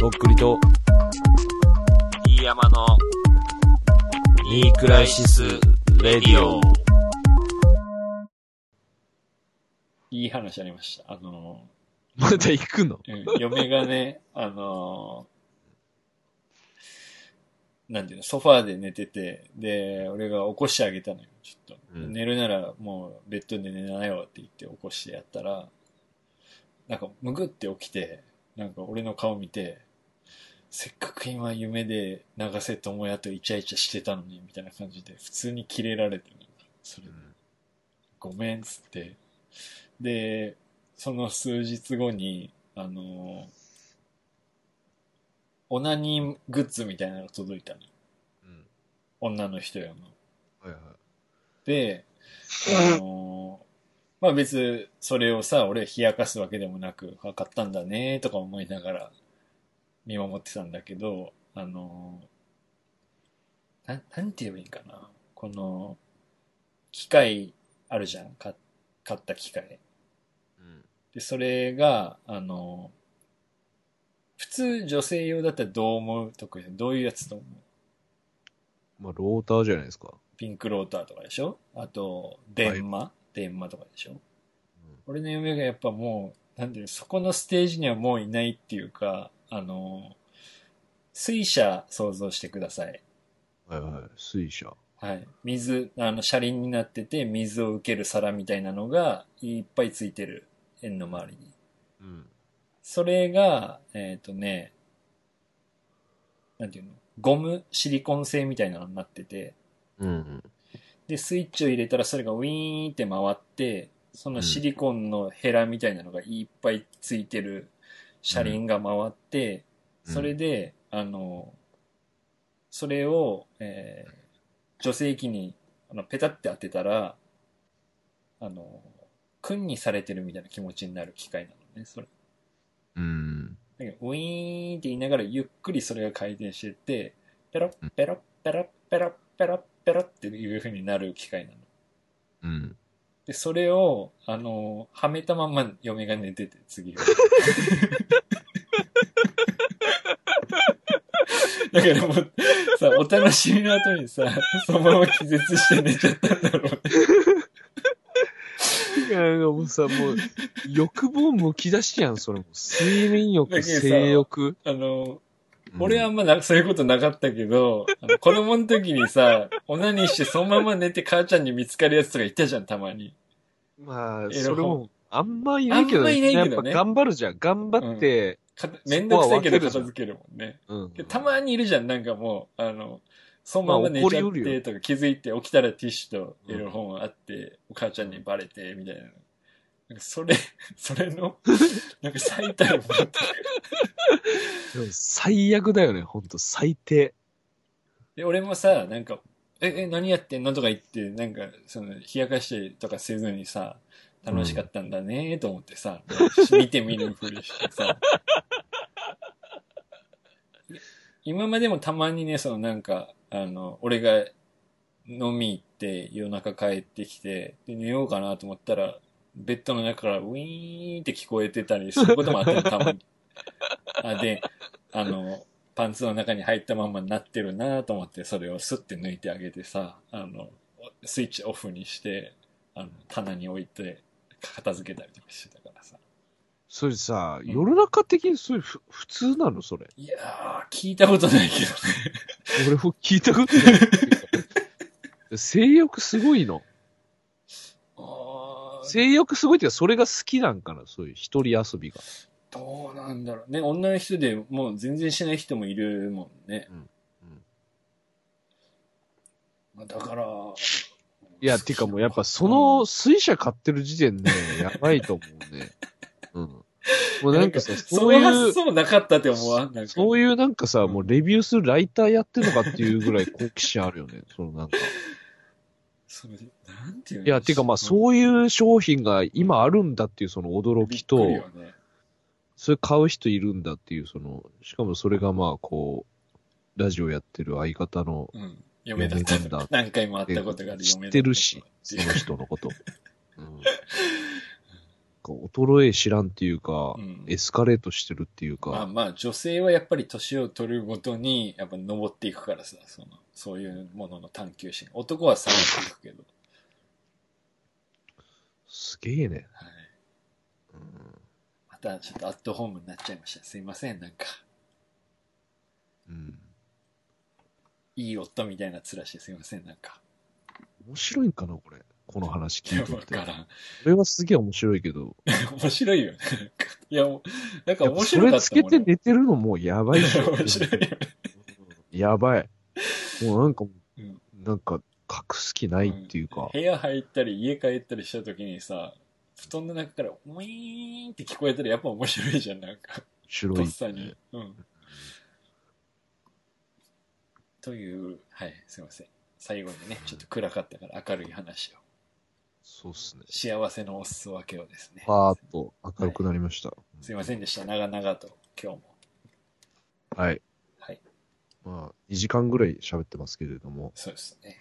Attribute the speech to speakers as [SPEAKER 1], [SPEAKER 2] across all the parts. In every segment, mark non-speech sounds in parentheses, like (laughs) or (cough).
[SPEAKER 1] とっくりと、
[SPEAKER 2] 飯山の、ニークライシス・レディオ。
[SPEAKER 3] いい話ありました。あの
[SPEAKER 1] まだ行くの
[SPEAKER 3] ー、うん、 (laughs) 嫁がね、あのー、なんていうの、ソファーで寝てて、で、俺が起こしてあげたのよ、ちょっと。
[SPEAKER 1] うん
[SPEAKER 3] 寝るならもうベッドで寝なよって言って起こしてやったら、なんか、むぐって起きて、なんか俺の顔見て、せっかく今夢で長瀬智也とイチャイチャしてたのに、みたいな感じで、普通にキレられてる。それごめんっつって。で、その数日後に、あの、オナニーグッズみたいなのが届いたの。
[SPEAKER 1] うん。
[SPEAKER 3] 女の人用の。
[SPEAKER 1] はいはい。
[SPEAKER 3] で、あの、まあ別、それをさ、俺冷やかすわけでもなく、あ買ったんだねとか思いながら見守ってたんだけど、あの、なん、なんて言えばいいんかな。この、機械あるじゃん。か買った機械。
[SPEAKER 1] うん。
[SPEAKER 3] で、それが、あの、普通女性用だったらどう思うとか、どういうやつと思う
[SPEAKER 1] まあ、ローターじゃないですか。
[SPEAKER 3] ピンクローターとかでしょあと、電マ、電マとかでしょ俺の嫁がやっぱもう、なんていうのそこのステージにはもういないっていうか、あの、水車想像してください。
[SPEAKER 1] はいはい。水車。
[SPEAKER 3] はい。水、あの、車輪になってて、水を受ける皿みたいなのがいっぱいついてる。円の周りに。
[SPEAKER 1] うん。
[SPEAKER 3] それが、えっ、とね、なんていうのゴム、シリコン製みたいなのになってて、
[SPEAKER 1] うん。
[SPEAKER 3] で、スイッチを入れたらそれがウィーンって回って、そのシリコンのヘラみたいなのがいっぱいついてる車輪が回って、それで、あの、それを、えー女性器にあのペタって当てたら、あの、訓にされてるみたいな気持ちになる機械なのね、それ。
[SPEAKER 1] うん。
[SPEAKER 3] だけどウィーンって言いながらゆっくりそれが回転してって、ペロッペロッペロッペロッペロッペロッっていう風になる機械なの。
[SPEAKER 1] うん。
[SPEAKER 3] で、それを、あの、はめたまま嫁が寝てて、
[SPEAKER 1] (laughs)
[SPEAKER 3] 次は。だからもう、さ、お楽しみの後
[SPEAKER 1] (laughs)
[SPEAKER 3] にさ、そのまま気絶して寝ちゃったんだろうね。
[SPEAKER 1] いや、もうさ、もう、欲望むき出しやん、それも。睡眠欲、
[SPEAKER 3] だけどさ
[SPEAKER 1] 性欲。
[SPEAKER 3] あの、俺はあんまな、そういうことなかったけど、あの子供の時にさ、オナニーしてそのまま寝て母ちゃんに見つかるやつとかいたじゃん、たまに。
[SPEAKER 1] まあ、
[SPEAKER 3] エロ
[SPEAKER 1] それも、あんまいないけど、
[SPEAKER 3] あんまいないけ
[SPEAKER 1] や
[SPEAKER 3] ど
[SPEAKER 1] っ
[SPEAKER 3] ね
[SPEAKER 1] ぱ頑張るじゃん。頑張って、
[SPEAKER 3] かめんどくさいけど
[SPEAKER 1] そこは分けるじゃん
[SPEAKER 3] 片付けるもんね。
[SPEAKER 1] うん。
[SPEAKER 3] でたまにいるじゃん、なんかもう、あの、そのまま寝ちゃ
[SPEAKER 1] まあ怒
[SPEAKER 3] っ
[SPEAKER 1] りうる
[SPEAKER 3] て
[SPEAKER 1] よ
[SPEAKER 3] とか気づいて起きたらティッシュとエロ本あって、お母ちゃんにバレて、みたいな。なんかそれ、そ
[SPEAKER 1] (laughs)
[SPEAKER 3] れの、なんか最たるものって
[SPEAKER 1] でも最悪だよね、ほんと、最低。
[SPEAKER 3] で、俺もさ、なんか、え、え、何やってんのとか言って、なんか、その、冷やかしたりとかせずにさ、楽しかったんだねと思ってさ、見て見ぬふりしてさ。今までもたまにね、そのなんか、あの、俺が飲み行って夜中帰ってきて、で、寝ようかなと思ったら、ベッドの中からウィーンって聞こえてたりすることもあったの、たまに。あで、あの、パンツの中に入ったまんまになってるなと思って、それをスッて抜いてあげてさ、あの、スイッチオフにして、あの、棚に置いて、片付けたりとかしてたからさ。
[SPEAKER 1] それさ、
[SPEAKER 3] ん
[SPEAKER 1] 世の中的にそれふ普通なのそれ。
[SPEAKER 3] いやー、聞いたことない
[SPEAKER 1] (laughs)
[SPEAKER 3] けどね。
[SPEAKER 1] 俺も聞いたことないっていうか。性欲すごいの。
[SPEAKER 3] あー
[SPEAKER 1] 性欲すごいっていうか、それが好きなんかなそういう一人遊びが。
[SPEAKER 3] どうなんだろうね。女の人でもう全然しない人もいるもんね。
[SPEAKER 1] うんうん
[SPEAKER 3] まあだから、
[SPEAKER 1] いや、てかもうやっぱその水車買ってる時点で、やばいと思うね。うん。もう (laughs) なんかさ、
[SPEAKER 3] そ
[SPEAKER 1] そうう
[SPEAKER 3] いう
[SPEAKER 1] い
[SPEAKER 3] 発
[SPEAKER 1] う、
[SPEAKER 3] 想なかったって思わんなんか
[SPEAKER 1] そういうなんかさ、もうレビューするライターやってるのかっていうぐらい好奇心あるよね。そのなんか。
[SPEAKER 3] それなんていうの
[SPEAKER 1] いや、てかまあ
[SPEAKER 3] う
[SPEAKER 1] そういう商品が今あるんだっていうその驚きと、
[SPEAKER 3] びっくりよね
[SPEAKER 1] それ買う人いるんだっていう、その、しかもそれがまあ、こう、ラジオやってる相方の、
[SPEAKER 3] うん。嫁だった
[SPEAKER 1] 嫁なんだ
[SPEAKER 3] 何回も会ったことがある
[SPEAKER 1] 知
[SPEAKER 3] 嫁だ
[SPEAKER 1] っ
[SPEAKER 3] った
[SPEAKER 1] てるし、
[SPEAKER 3] って
[SPEAKER 1] そ
[SPEAKER 3] いう
[SPEAKER 1] の人のこと。うんか衰え知らんっていうか、
[SPEAKER 3] うん
[SPEAKER 1] エスカレートしてるっていう
[SPEAKER 3] まあ
[SPEAKER 1] か、
[SPEAKER 3] まあ女性はやっぱり年を取るごとにやっぱ登っていくからさそのそういうものの探求心男は下がっていくけど、
[SPEAKER 1] すげえね。
[SPEAKER 3] はい、
[SPEAKER 1] うん
[SPEAKER 3] またちょっとアットホームになっちゃいましたすいませんなんか
[SPEAKER 1] うん。
[SPEAKER 3] いい夫みたいな面してすいませんなんか
[SPEAKER 1] 面白いんかな、これ。この話聞いて
[SPEAKER 3] 分
[SPEAKER 1] て。
[SPEAKER 3] からん
[SPEAKER 1] これはすげえ面白いけど、
[SPEAKER 3] 面白いよね (laughs) なんかいやもうなんか
[SPEAKER 1] やっぱ
[SPEAKER 3] 面
[SPEAKER 1] そ
[SPEAKER 3] 白か
[SPEAKER 1] れ
[SPEAKER 3] っ
[SPEAKER 1] つ
[SPEAKER 3] た
[SPEAKER 1] け
[SPEAKER 3] もんね
[SPEAKER 1] て寝てるのもうやばいし
[SPEAKER 3] (laughs) 面白いよね
[SPEAKER 1] やばい。もうなんか、
[SPEAKER 3] うん
[SPEAKER 1] なんか、隠す気ないっていうか、
[SPEAKER 3] 部屋入ったり家帰ったりした時にさ布団の中からウィーンって聞こえたらやっぱ面白いじゃんなんか
[SPEAKER 1] 白
[SPEAKER 3] と
[SPEAKER 1] い
[SPEAKER 3] っ。さに、うん、というはいすいません最後にねちょっと暗かったから明るい話を
[SPEAKER 1] そうっすね。
[SPEAKER 3] 幸せのお裾分けをですね
[SPEAKER 1] パーッと明るくなりました。
[SPEAKER 3] すいませんでした長々と今日も
[SPEAKER 1] はい。
[SPEAKER 3] はい
[SPEAKER 1] まあ、2時間ぐらい喋ってますけれども。
[SPEAKER 3] そうですね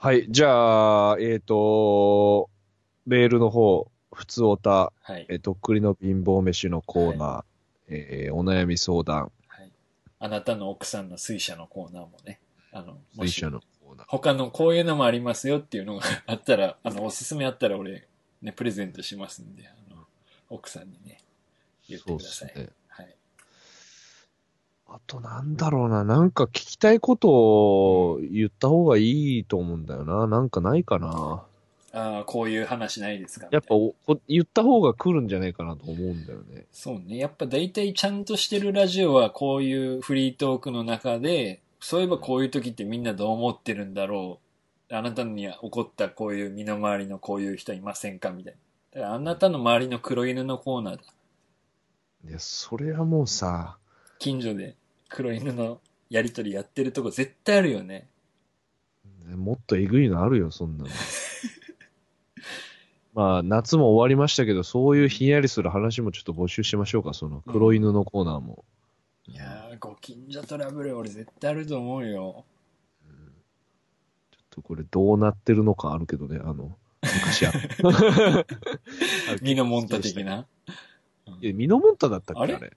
[SPEAKER 1] はい。じゃあ、えっ、と、メールの方、普通おた、
[SPEAKER 3] はい
[SPEAKER 1] えーとっくりの貧乏飯のコーナー、えーお悩み相談、
[SPEAKER 3] はい、あなたの奥さんの水車のコーナーもね、あの、も
[SPEAKER 1] 水
[SPEAKER 3] し
[SPEAKER 1] 車のコーナー。
[SPEAKER 3] 他のこういうのもありますよっていうのがあったら、あの、おすすめあったら俺、ね、プレゼントしますんで、あの、奥さんにね、言ってくだ
[SPEAKER 1] そ
[SPEAKER 3] さい。
[SPEAKER 1] うっすね
[SPEAKER 3] はい。
[SPEAKER 1] あとなんだろうな、なんか聞きたいことを言った方がいいと思うんだよな。なんかないかな。
[SPEAKER 3] ああ、こういう話ないですかみた
[SPEAKER 1] や
[SPEAKER 3] い
[SPEAKER 1] っぱ
[SPEAKER 3] な
[SPEAKER 1] おこ言った方が来るんじゃないかなと思うんだよね。
[SPEAKER 3] そうね。やっぱ大体ちゃんとしてるラジオはこういうフリートークの中で、そういえばこういう時ってみんなどう思ってるんだろう。あなたには起こったこういう身の回りのこういう人いませんかみたいな。だからあなたの周りの黒犬のコーナーだ。
[SPEAKER 1] いや、それはもうさ、
[SPEAKER 3] 近所で黒犬のやりとりやってるとこ絶対あるよね。
[SPEAKER 1] もっとえぐいのあるよ、そん
[SPEAKER 3] (laughs)
[SPEAKER 1] なの。まあ、夏も終わりましたけど、そういうひんやりする話もちょっと募集しましょうか、その黒犬のコーナーも。
[SPEAKER 3] いやー、ご近所トラブル俺絶対あると思うよ。
[SPEAKER 1] ちょっとこれどうなってるのかあるけどね、あの、昔
[SPEAKER 3] (laughs)
[SPEAKER 1] あったあれ
[SPEAKER 3] ミノモンタ的な。
[SPEAKER 1] え、ミノモンタだったっけあ
[SPEAKER 3] あ
[SPEAKER 1] れ
[SPEAKER 3] れ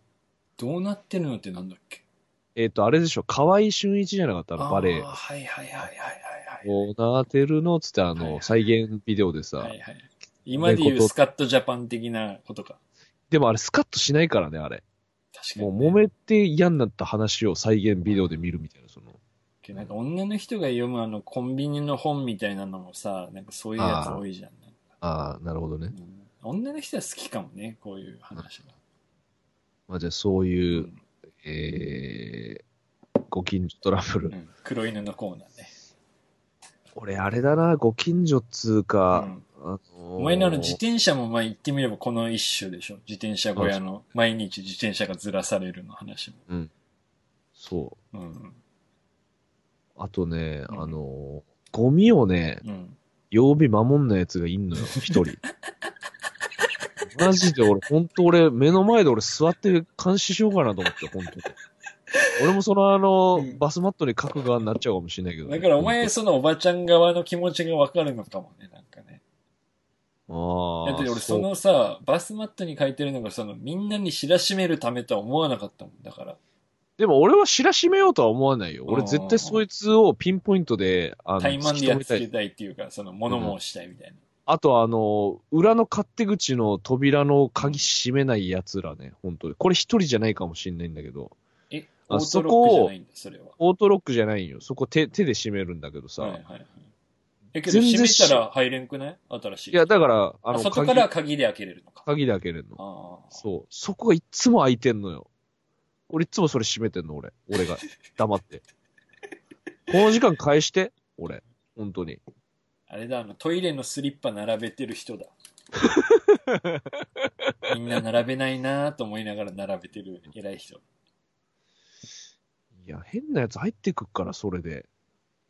[SPEAKER 3] どうなってるのってなんだっけ
[SPEAKER 1] えっ、と、あれでしょ、河合俊一じゃなかったの、バレエ
[SPEAKER 3] あー。はいはいはいはいはいは
[SPEAKER 1] こ
[SPEAKER 3] い。
[SPEAKER 1] うなってるのっつって、あ
[SPEAKER 3] はいは
[SPEAKER 1] の、
[SPEAKER 3] い
[SPEAKER 1] 再現ビデオでさ、
[SPEAKER 3] はいはい。今で言うスカットジャパン的なことか。
[SPEAKER 1] でもあれスカッとしないからね、あれ。
[SPEAKER 3] 確か
[SPEAKER 1] も
[SPEAKER 3] に、
[SPEAKER 1] う揉めて嫌になった話を再現ビデオで見るみたいな、その。
[SPEAKER 3] なんか女の人が読むあのコンビニの本みたいなのもさ、なんかそういうやつ多いじゃん。
[SPEAKER 1] ああ、なるほどね。
[SPEAKER 3] うん女の人は好きかもね、こういう話が。
[SPEAKER 1] まあじゃあそういうう、
[SPEAKER 3] ん
[SPEAKER 1] えー、ご近所トラブル。
[SPEAKER 3] うん黒犬のコーナーね。
[SPEAKER 1] 俺、あれだな、ご近所っつう
[SPEAKER 3] う
[SPEAKER 1] か、
[SPEAKER 3] ん
[SPEAKER 1] あのー
[SPEAKER 3] お前のあの自転車も前言ってみればこの一種でしょ。自転車小屋の毎日自転車がずらされるの話も。
[SPEAKER 1] そう。
[SPEAKER 3] うん。
[SPEAKER 1] あとね、
[SPEAKER 3] うん
[SPEAKER 1] あのーゴミをね、
[SPEAKER 3] うん。
[SPEAKER 1] 曜日守んないやつがいん
[SPEAKER 3] (laughs)
[SPEAKER 1] のよ、一人。マジで俺、ほんと俺、目の前で俺座って監視しようかなと思って、ほんとに。俺もそのあの、
[SPEAKER 3] うん
[SPEAKER 1] バスマットに書く側になっちゃうかもしれないけどね、
[SPEAKER 3] だからお前
[SPEAKER 1] あ
[SPEAKER 3] そのおばちゃん側の気持ちがわかるのかもね、なんかね。
[SPEAKER 1] あー。
[SPEAKER 3] だって俺そうのさ、バスマットに書いてるのがそのみんなに知らしめるためとは思わなかったもんだから。
[SPEAKER 1] でも俺は知らしめようとは思わないよ。俺
[SPEAKER 3] うん
[SPEAKER 1] 絶対そいつをピンポイントで、あの、
[SPEAKER 3] 怠慢でやっつ
[SPEAKER 1] 突き止め
[SPEAKER 3] け
[SPEAKER 1] たい。
[SPEAKER 3] たいっていうか、その物申したいみたいな。
[SPEAKER 1] あとあの、裏の勝手口の扉の鍵閉めない奴らね、本当に。これ一人じゃないかもしれないんだけど。
[SPEAKER 3] え、オ
[SPEAKER 1] あ
[SPEAKER 3] ートロックじゃないんだ、それは。
[SPEAKER 1] オートロックじゃないんよ。そこ手、手で閉めるんだけどさ。、
[SPEAKER 3] はいはいい。え、けど
[SPEAKER 1] 全然
[SPEAKER 3] 閉めたら入れんくない新しい。
[SPEAKER 1] や、だから、あ
[SPEAKER 3] あ
[SPEAKER 1] の、
[SPEAKER 3] 外からは鍵で開けれるのか。
[SPEAKER 1] 鍵、鍵で開けれんの。
[SPEAKER 3] ああ。
[SPEAKER 1] そう。そこがいつも開いてんのよ。俺いつもそれ閉めてんの、俺。俺が。黙
[SPEAKER 3] (laughs)
[SPEAKER 1] って。この時間返して、俺。本当に。
[SPEAKER 3] あれだ、あの、トイレのスリッパ並べてる人 (laughs) だ。みんな並べないなぁと思いながら並べてる偉い人。
[SPEAKER 1] いや、変なやつ入ってくっから、それで。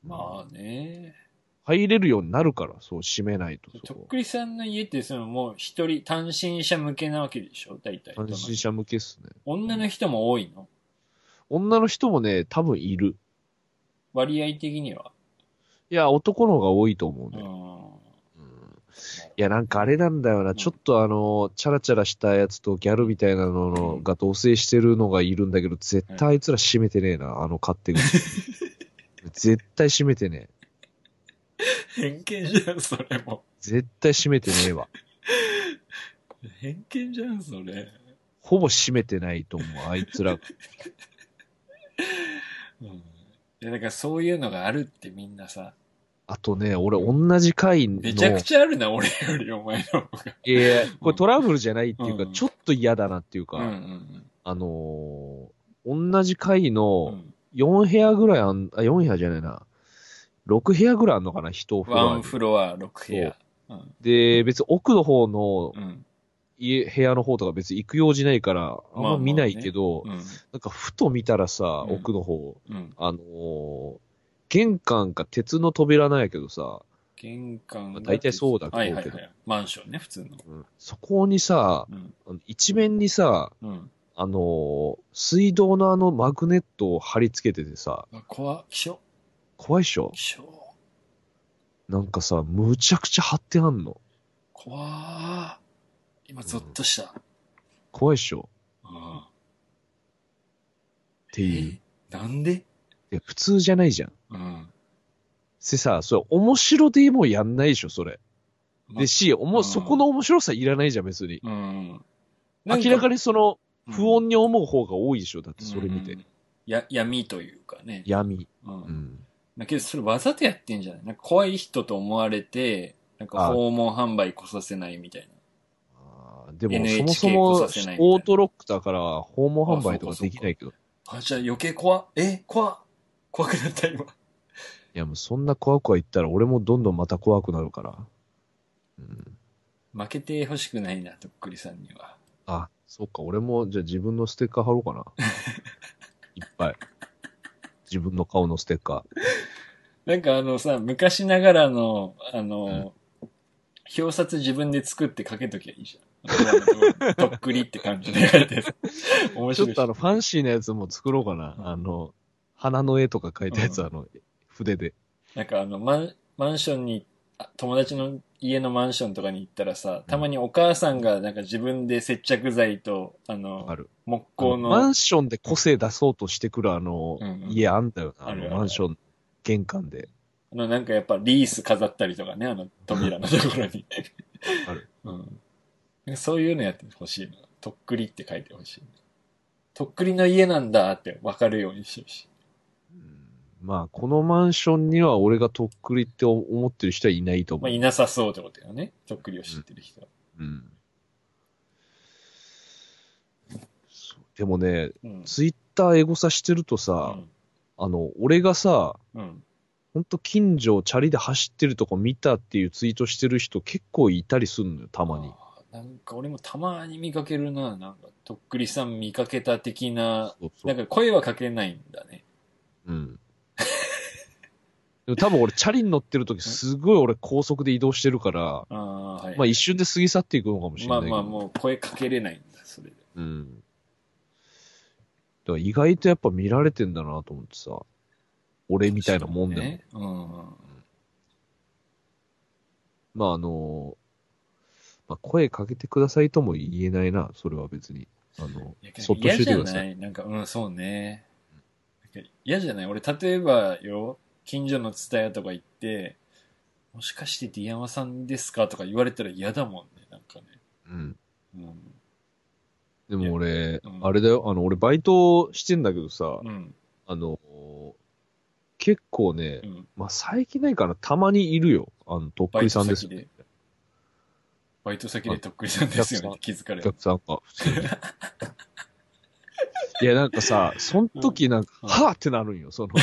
[SPEAKER 3] まあね。
[SPEAKER 1] 入れるようになるから、そう、閉めないと。
[SPEAKER 3] と
[SPEAKER 1] そ
[SPEAKER 3] っ
[SPEAKER 1] こ
[SPEAKER 3] くりさんの家って、そのもう一人、単身者向けなわけでしょ大体。
[SPEAKER 1] 単身者向けっすね。
[SPEAKER 3] 女の人も多いの
[SPEAKER 1] 女の人もね、多分いる。
[SPEAKER 3] 割合的には。
[SPEAKER 1] いや、男の方が多いと思う
[SPEAKER 3] う
[SPEAKER 1] ね。
[SPEAKER 3] ん。
[SPEAKER 1] うんいや、なんかあれなんだよな。ちょっとあの、チャラチャラしたやつとギャルみたいなののが同棲してるのがいるんだけど、絶対あいつら閉めてねえな、あの勝手口。 (laughs) 絶対閉めてねえ。
[SPEAKER 3] 偏見じゃん、それも。
[SPEAKER 1] 絶対閉めてねえわ。
[SPEAKER 3] 偏見じゃん、それ。
[SPEAKER 1] ほぼ閉めてないと思う、あいつら。
[SPEAKER 3] うん。いや、だからそういうのがあるってみんなさ、
[SPEAKER 1] あとね、俺同じ回の、
[SPEAKER 3] めちゃくちゃあるな、俺よりお前の方が。
[SPEAKER 1] いやいやこれトラブルじゃないっていうか、
[SPEAKER 3] うん
[SPEAKER 1] ちょっと嫌だなっていうか、
[SPEAKER 3] うんうん
[SPEAKER 1] あのー同じ回
[SPEAKER 3] うん。う
[SPEAKER 1] の
[SPEAKER 3] ん
[SPEAKER 1] 4部屋ぐらいあん、あ、4部屋じゃないな。6部屋ぐらいあんのかな、人フ
[SPEAKER 3] ワ
[SPEAKER 1] ロア
[SPEAKER 3] ン
[SPEAKER 1] に。
[SPEAKER 3] フロア、6部屋。うん。
[SPEAKER 1] で、別に奥の方の
[SPEAKER 3] うん。
[SPEAKER 1] 家、部屋の方とか別に行く用事ないから、あん
[SPEAKER 3] まあまあ
[SPEAKER 1] ま
[SPEAKER 3] ね
[SPEAKER 1] 見ないけど、
[SPEAKER 3] うん。
[SPEAKER 1] なんかふと見たらさ、
[SPEAKER 3] うん
[SPEAKER 1] 奥の方、
[SPEAKER 3] うん。
[SPEAKER 1] あのー玄関か鉄の扉なんやけどさ、
[SPEAKER 3] 玄関
[SPEAKER 1] まあ
[SPEAKER 3] が。
[SPEAKER 1] 大体そうだと
[SPEAKER 3] はい
[SPEAKER 1] 思う
[SPEAKER 3] はい
[SPEAKER 1] けど
[SPEAKER 3] はい。マンションね、普通の。
[SPEAKER 1] うんそこにさ、
[SPEAKER 3] うん。
[SPEAKER 1] あの一面にさ、
[SPEAKER 3] うん。
[SPEAKER 1] あのー水道のあのマグネットを貼り付けててさ、
[SPEAKER 3] あ怖っ、気象。
[SPEAKER 1] 怖いっしょ
[SPEAKER 3] 気象。
[SPEAKER 1] なんかさ、むちゃくちゃ貼ってあんの。
[SPEAKER 3] 怖っ。今、ゾッとした。
[SPEAKER 1] 怖いっしょ
[SPEAKER 3] あ
[SPEAKER 1] っていう。
[SPEAKER 3] あ。なんで
[SPEAKER 1] いや普通じゃないじゃん。
[SPEAKER 3] うん。
[SPEAKER 1] でさ、それ面白でもやんないでしょ、それ。
[SPEAKER 3] ま
[SPEAKER 1] でし、おも、
[SPEAKER 3] うん
[SPEAKER 1] そこの面白さいらないじゃん、別に。
[SPEAKER 3] うん。
[SPEAKER 1] 明らか
[SPEAKER 3] に
[SPEAKER 1] にその、不穏に思う方が多いでしょ、だってそれ見て。。
[SPEAKER 3] や、闇というかね。
[SPEAKER 1] 闇。
[SPEAKER 3] う。
[SPEAKER 1] うんん。
[SPEAKER 3] だけど、それわざとやってんじゃないなんか怖い人と思われて、なんか
[SPEAKER 1] あ
[SPEAKER 3] 訪問販売来させないみたい
[SPEAKER 1] あーでも、そも
[SPEAKER 3] NHK
[SPEAKER 1] そも
[SPEAKER 3] 来させないみたいな、
[SPEAKER 1] オートロックだから、訪問販売とかできないけど。い
[SPEAKER 3] な。あ、じゃあ余計怖っえ怖っ怖くなった今。
[SPEAKER 1] や、もうそんな怖くは言ったら、俺もどんどんまた怖くなるから。うん。
[SPEAKER 3] 負けてほしくないな、とっくりさんには。
[SPEAKER 1] あ、そっか、俺も、じゃあ自分のステッカー貼ろうかな。
[SPEAKER 3] (laughs)
[SPEAKER 1] いっぱい。自分の顔のステッカ
[SPEAKER 3] なんかあのさ、昔ながらの、あの、表札自分で作って書けときゃいいじゃん。とっくりって感じで書いてさ。面
[SPEAKER 1] ー。ち
[SPEAKER 3] 白い
[SPEAKER 1] ょっ
[SPEAKER 3] し
[SPEAKER 1] とあの、ファンシーなやつも作ろうかな。あの、花の絵とか描いたやつ、
[SPEAKER 3] うん
[SPEAKER 1] あの、筆で。
[SPEAKER 3] なんかあの、マン、マンションに、あ友達の家のマンションとかに行ったらさ、たまにお母さんがなんか自分で接着剤と、あ
[SPEAKER 1] わか
[SPEAKER 3] の、
[SPEAKER 1] る。
[SPEAKER 3] 木
[SPEAKER 1] あの
[SPEAKER 3] 工
[SPEAKER 1] マ
[SPEAKER 3] の、
[SPEAKER 1] ンションで個性出そうとしてくるあの、
[SPEAKER 3] うんうん
[SPEAKER 1] 家あんだよな、
[SPEAKER 3] あ
[SPEAKER 1] あ
[SPEAKER 3] るあ
[SPEAKER 1] の
[SPEAKER 3] る
[SPEAKER 1] マンション玄関で。
[SPEAKER 3] あのなんかやっぱリース飾ったりとかね、あの扉のところに。
[SPEAKER 1] ある。
[SPEAKER 3] (laughs) うん。なんかそういうのやってほしいな。とっくりって書いてほしいな。とっくりの家なんだってわかるようにしてほしい。
[SPEAKER 1] まあ、このマンションには俺がとっくりって思ってる人はいないと思
[SPEAKER 3] まあ、
[SPEAKER 1] う。
[SPEAKER 3] いなさそうってことよね。とっくりを知ってる人は。
[SPEAKER 1] うんそうでもね、
[SPEAKER 3] うん。
[SPEAKER 1] ツイッターエゴサしてるとさ、あの、俺がさ、
[SPEAKER 3] うん。うん。
[SPEAKER 1] ほんと近所をチャリで走ってるとこ見たっていうツイートしてる人結構いたりすんのよ、たまに。
[SPEAKER 3] あーなんか俺もたまに見かけるな、なんか、とっくりさん見かけた的な、
[SPEAKER 1] そうそう
[SPEAKER 3] なんか声はかけないんだね。
[SPEAKER 1] うん。でも多分俺、チャリに乗ってる時すごい俺、高速で移動してる
[SPEAKER 3] (laughs)
[SPEAKER 1] から、
[SPEAKER 3] ああ、はい。
[SPEAKER 1] まあ一瞬で過ぎ去っていくのかもしれな
[SPEAKER 3] まあ
[SPEAKER 1] いけど。
[SPEAKER 3] まあもう声かけれないんだ、それで。
[SPEAKER 1] うん。だから意外とやっぱ見られてんだなと思ってさ、俺みたいなもんでも。
[SPEAKER 3] ね。うん。
[SPEAKER 1] まああの、まあ、声かけてくださいとも言えないな、それは別に。あの
[SPEAKER 3] いや、
[SPEAKER 1] そっとしててください。
[SPEAKER 3] 嫌じゃないなんか、うん、そうね。なんか嫌じゃない俺、例えばよ、近所の蔦屋とか行って、もしかしてディヤマさんですかとか言われたら嫌だもんね、なんかね。
[SPEAKER 1] うん。
[SPEAKER 3] うん。
[SPEAKER 1] でも俺、
[SPEAKER 3] うん
[SPEAKER 1] あれだよ、あの、俺バイトしてんだけどさ、
[SPEAKER 3] うん。
[SPEAKER 1] あの、結構ね、
[SPEAKER 3] うん。
[SPEAKER 1] まあ、最近ないからたまにいるよ。あの、とっくりさんですよ。
[SPEAKER 3] バイト先で。バイト先でとっくりさんですよね、気づか
[SPEAKER 1] お
[SPEAKER 3] れる。
[SPEAKER 1] 客さんが、普
[SPEAKER 3] (laughs)
[SPEAKER 1] 通に。いや、なんかさ、その時なんか、
[SPEAKER 3] うん
[SPEAKER 1] はぁってなるん
[SPEAKER 3] (laughs)
[SPEAKER 1] よ、その。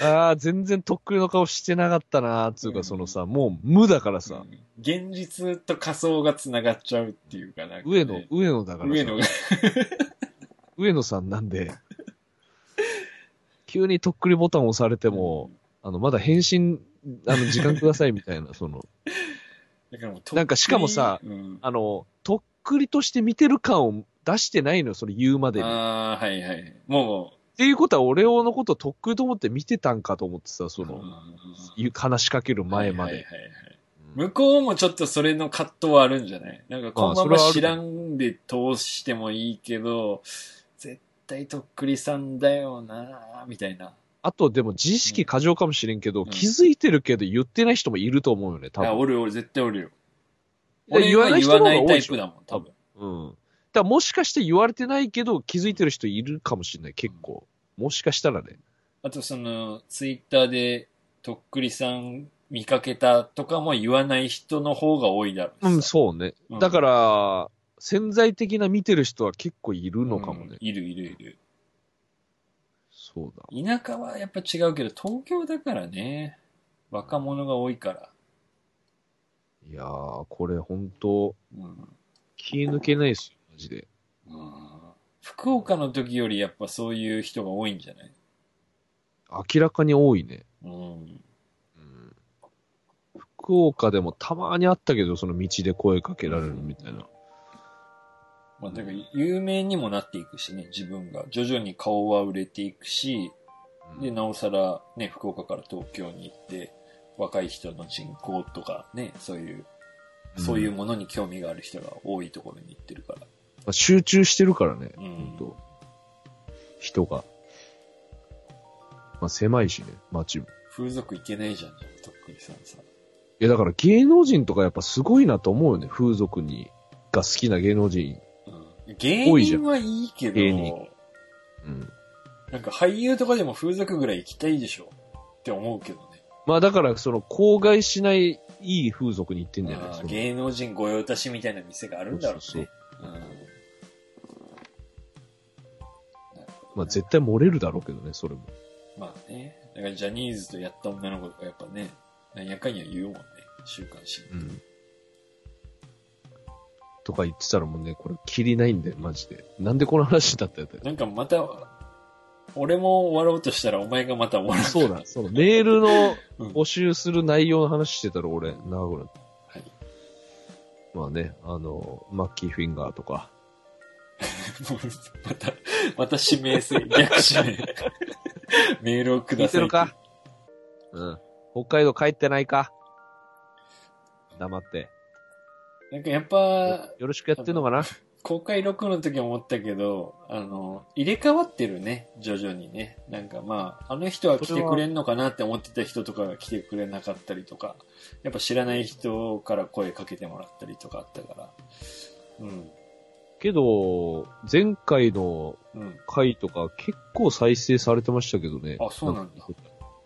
[SPEAKER 1] ああ、全然とっくりの顔してなかったなー、つう
[SPEAKER 3] う
[SPEAKER 1] か、
[SPEAKER 3] ん
[SPEAKER 1] そのさ、もう無だからさ、
[SPEAKER 3] 現実と仮想がつながっちゃうっていうかなんかね、
[SPEAKER 1] 上野、上野だから
[SPEAKER 3] 上野
[SPEAKER 1] さ、
[SPEAKER 3] が、
[SPEAKER 1] 上野さんなんで、 (laughs) 急にとっくりボタン押されても、あの、まだ返信、あの、時間くださいみた
[SPEAKER 3] (laughs)
[SPEAKER 1] いな、その、
[SPEAKER 3] だからもう
[SPEAKER 1] なんかしかもさ、
[SPEAKER 3] うん、
[SPEAKER 1] あの、とっくりとして見てる感を出してないのよ、それ言うまでに。
[SPEAKER 3] ああ、はいはい。もう、
[SPEAKER 1] ていうことは、俺をのこととっくりと思って見てたんかと思ってさ、その、いう話しかける前ま
[SPEAKER 3] はい
[SPEAKER 1] で
[SPEAKER 3] は。いはいはい
[SPEAKER 1] うん
[SPEAKER 3] 向こうもちょっとそれの葛藤はあるんじゃないなんかこのま
[SPEAKER 1] あそれ
[SPEAKER 3] ま
[SPEAKER 1] はある
[SPEAKER 3] 知らんで通してもいいけど、絶対とっくりさんだよなぁみたいな。
[SPEAKER 1] あと、でも、自意識過剰かもしれんけど、
[SPEAKER 3] うん
[SPEAKER 1] 気づいてるけど言ってない人もいると思うよね、多
[SPEAKER 3] あ、
[SPEAKER 1] 分。
[SPEAKER 3] おるおる、絶対おるよ。
[SPEAKER 1] いや
[SPEAKER 3] 俺は言
[SPEAKER 1] 言わ
[SPEAKER 3] わ
[SPEAKER 1] な
[SPEAKER 3] な
[SPEAKER 1] 人の方が
[SPEAKER 3] いい
[SPEAKER 1] 多
[SPEAKER 3] タ
[SPEAKER 1] いで
[SPEAKER 3] イ
[SPEAKER 1] しょ
[SPEAKER 3] プだもん、多分。
[SPEAKER 1] うん。だからもしかして言われてないけど、気づいてる人いるかもしれない、結構。もしかしたらね。
[SPEAKER 3] あとその、ツイッターで、とっくりさん見かけたとかも言わない人の方が多いだろ
[SPEAKER 1] うん、
[SPEAKER 3] さ
[SPEAKER 1] そうね。
[SPEAKER 3] うん
[SPEAKER 1] だから、潜在的な見てる人は結構いるのかもね。
[SPEAKER 3] うんいるいるいる。
[SPEAKER 1] そうだ。
[SPEAKER 3] 田舎はやっぱ違うけど、東京だからね。若者が多いから。
[SPEAKER 1] いやー、これ本当
[SPEAKER 3] うん。
[SPEAKER 1] 気抜けないですよ、マジで。
[SPEAKER 3] うん福岡の時よりやっぱそういう人が多いんじゃない
[SPEAKER 1] 明らかに多いね。
[SPEAKER 3] うん。
[SPEAKER 1] うん。福岡でもたまにあったけど、その道で声かけられるみたいな。
[SPEAKER 3] まあ、だから有名にもなっていくしね、自分が。徐々に顔は売れていくし、
[SPEAKER 1] うん
[SPEAKER 3] で、なおさら、ね、福岡から東京に行って、若い人の人口とかね、そういう、そういうものに興味がある人が多いところに行ってるから。
[SPEAKER 1] まあ集中してるからね、
[SPEAKER 3] う
[SPEAKER 1] 本
[SPEAKER 3] ん
[SPEAKER 1] 当人が。まあ狭いしね、街も。
[SPEAKER 3] 風俗行けないじゃん、とっくりさんさ。
[SPEAKER 1] いやだから芸能人とかやっぱすごいなと思うよね、風俗に、が好きな芸能人。
[SPEAKER 3] うん、芸
[SPEAKER 1] 多いじゃん
[SPEAKER 3] 人はいいけ
[SPEAKER 1] 芸人
[SPEAKER 3] ど、
[SPEAKER 1] うん。
[SPEAKER 3] なんか俳優とかでも風俗ぐらい行きたいでしょって思うけどね。
[SPEAKER 1] まあだからその、公害しないいい風俗に行ってんじゃない
[SPEAKER 3] あ
[SPEAKER 1] そ
[SPEAKER 3] ー
[SPEAKER 1] の
[SPEAKER 3] 芸能人御用達みたいな店があるんだろう
[SPEAKER 1] そう
[SPEAKER 3] ね
[SPEAKER 1] そ。
[SPEAKER 3] うん
[SPEAKER 1] まあ絶対漏れるだろうけどね、それも。
[SPEAKER 3] まあね。だからジャニーズとやった女の子とかやっぱね、なんやかんや言うもんね。週刊誌。
[SPEAKER 1] うん。とか言ってたらもうね、これ、きりないんだよ、マジで。なんでこの話になったんだよ。
[SPEAKER 3] なんかまた、俺も終わろうとしたらお前がまた終わ
[SPEAKER 1] (laughs)
[SPEAKER 3] る。
[SPEAKER 1] そうだ、そうだ。メールの
[SPEAKER 3] うん
[SPEAKER 1] 募集する内容の話してたら俺、長くなって。
[SPEAKER 3] はい。
[SPEAKER 1] まあね、あの、マッキーフィンガーとか。
[SPEAKER 3] もう (laughs) また、また指名制、逆指名。 (laughs) メールをく
[SPEAKER 1] 聞
[SPEAKER 3] だ
[SPEAKER 1] い
[SPEAKER 3] さ
[SPEAKER 1] て
[SPEAKER 3] い。
[SPEAKER 1] るかうん。北海道帰ってないか黙って。
[SPEAKER 3] なんかやっぱ、
[SPEAKER 1] よろしくやってんのかな
[SPEAKER 3] 公開録音の時思ったけど、あの、入れ替わってるね、徐々にね。なんかまあ、あの人は来てくれんのかなって思ってた人とかが来てくれなかったりとか、やっぱ知らない人から声かけてもらったりとかあったから。うん。
[SPEAKER 1] けど、前回の
[SPEAKER 3] うん。
[SPEAKER 1] 回とか結構再生されてましたけどね。
[SPEAKER 3] あそうなんだ。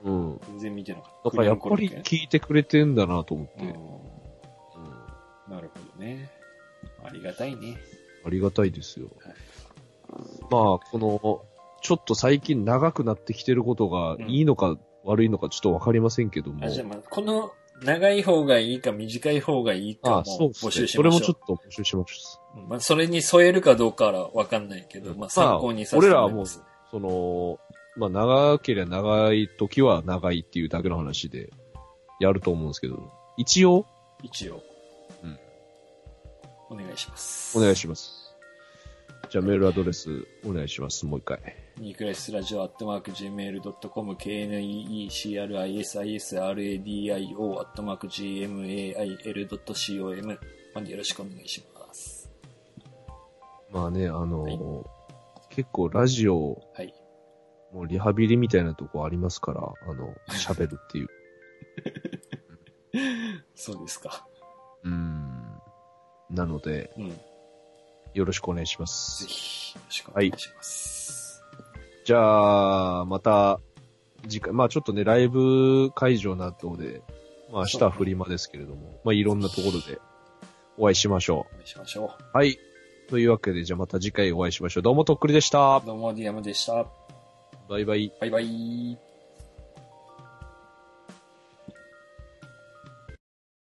[SPEAKER 1] うん。
[SPEAKER 3] 全然見てなかった。
[SPEAKER 1] だからやっぱり聞いてくれてんだなと思って。
[SPEAKER 3] う
[SPEAKER 1] うん
[SPEAKER 3] ん。なるほどね。ありがたいね。
[SPEAKER 1] ありがたいですよ
[SPEAKER 3] はい。
[SPEAKER 1] まあ、この、ちょっと最近長くなってきてることが
[SPEAKER 3] うん
[SPEAKER 1] いいのか悪いのかちょっとわかりませんけども。
[SPEAKER 3] あ、じゃあまあ、この長い方がいいか短い方がいい
[SPEAKER 1] あ
[SPEAKER 3] かも
[SPEAKER 1] そうです
[SPEAKER 3] 募
[SPEAKER 1] ね。
[SPEAKER 3] 集し
[SPEAKER 1] そ
[SPEAKER 3] ま
[SPEAKER 1] れ
[SPEAKER 3] しょう。
[SPEAKER 1] もちょっと募集します。
[SPEAKER 3] まあ、それに添えるかどうかはわかんないけど、
[SPEAKER 1] うん
[SPEAKER 3] まあ、参考にさせてもらいます。
[SPEAKER 1] その、まあ、長ければ長い時は長いっていうだけの話でやると思うんですけど、一応、
[SPEAKER 3] 一応。
[SPEAKER 1] うん
[SPEAKER 3] お願いします。
[SPEAKER 1] お願いします。じゃあメールアドレスお願いします。もう一回。
[SPEAKER 3] ニークライスラジオアットマーク Gmail.com KNEECRISISRADIO アットマーク GMAIL.com までよろしくお願いします。
[SPEAKER 1] まあね、あの
[SPEAKER 3] はい
[SPEAKER 1] 結構ラジオ、
[SPEAKER 3] はい。
[SPEAKER 1] もうリハビリみたいなとこありますから、あの、喋るっていう。
[SPEAKER 3] そうですか。
[SPEAKER 1] (laughs) うん。なので、
[SPEAKER 3] うん。ぜ
[SPEAKER 1] よろしくお願いします。
[SPEAKER 3] ひ、よろしくお願いします。
[SPEAKER 1] じゃあ、また、次回、まあちょっとね、ライブ会場などで、まあ明日はフリマですけれども、まあいろんなところでお会いしましょ
[SPEAKER 3] お会いしましょ
[SPEAKER 1] う。はい。というわけで、じゃあまた次回お会いしましょう。どうもとっくりでした
[SPEAKER 3] う。。どうも、ディアムでした。
[SPEAKER 1] バイバイ。
[SPEAKER 3] バイバイ。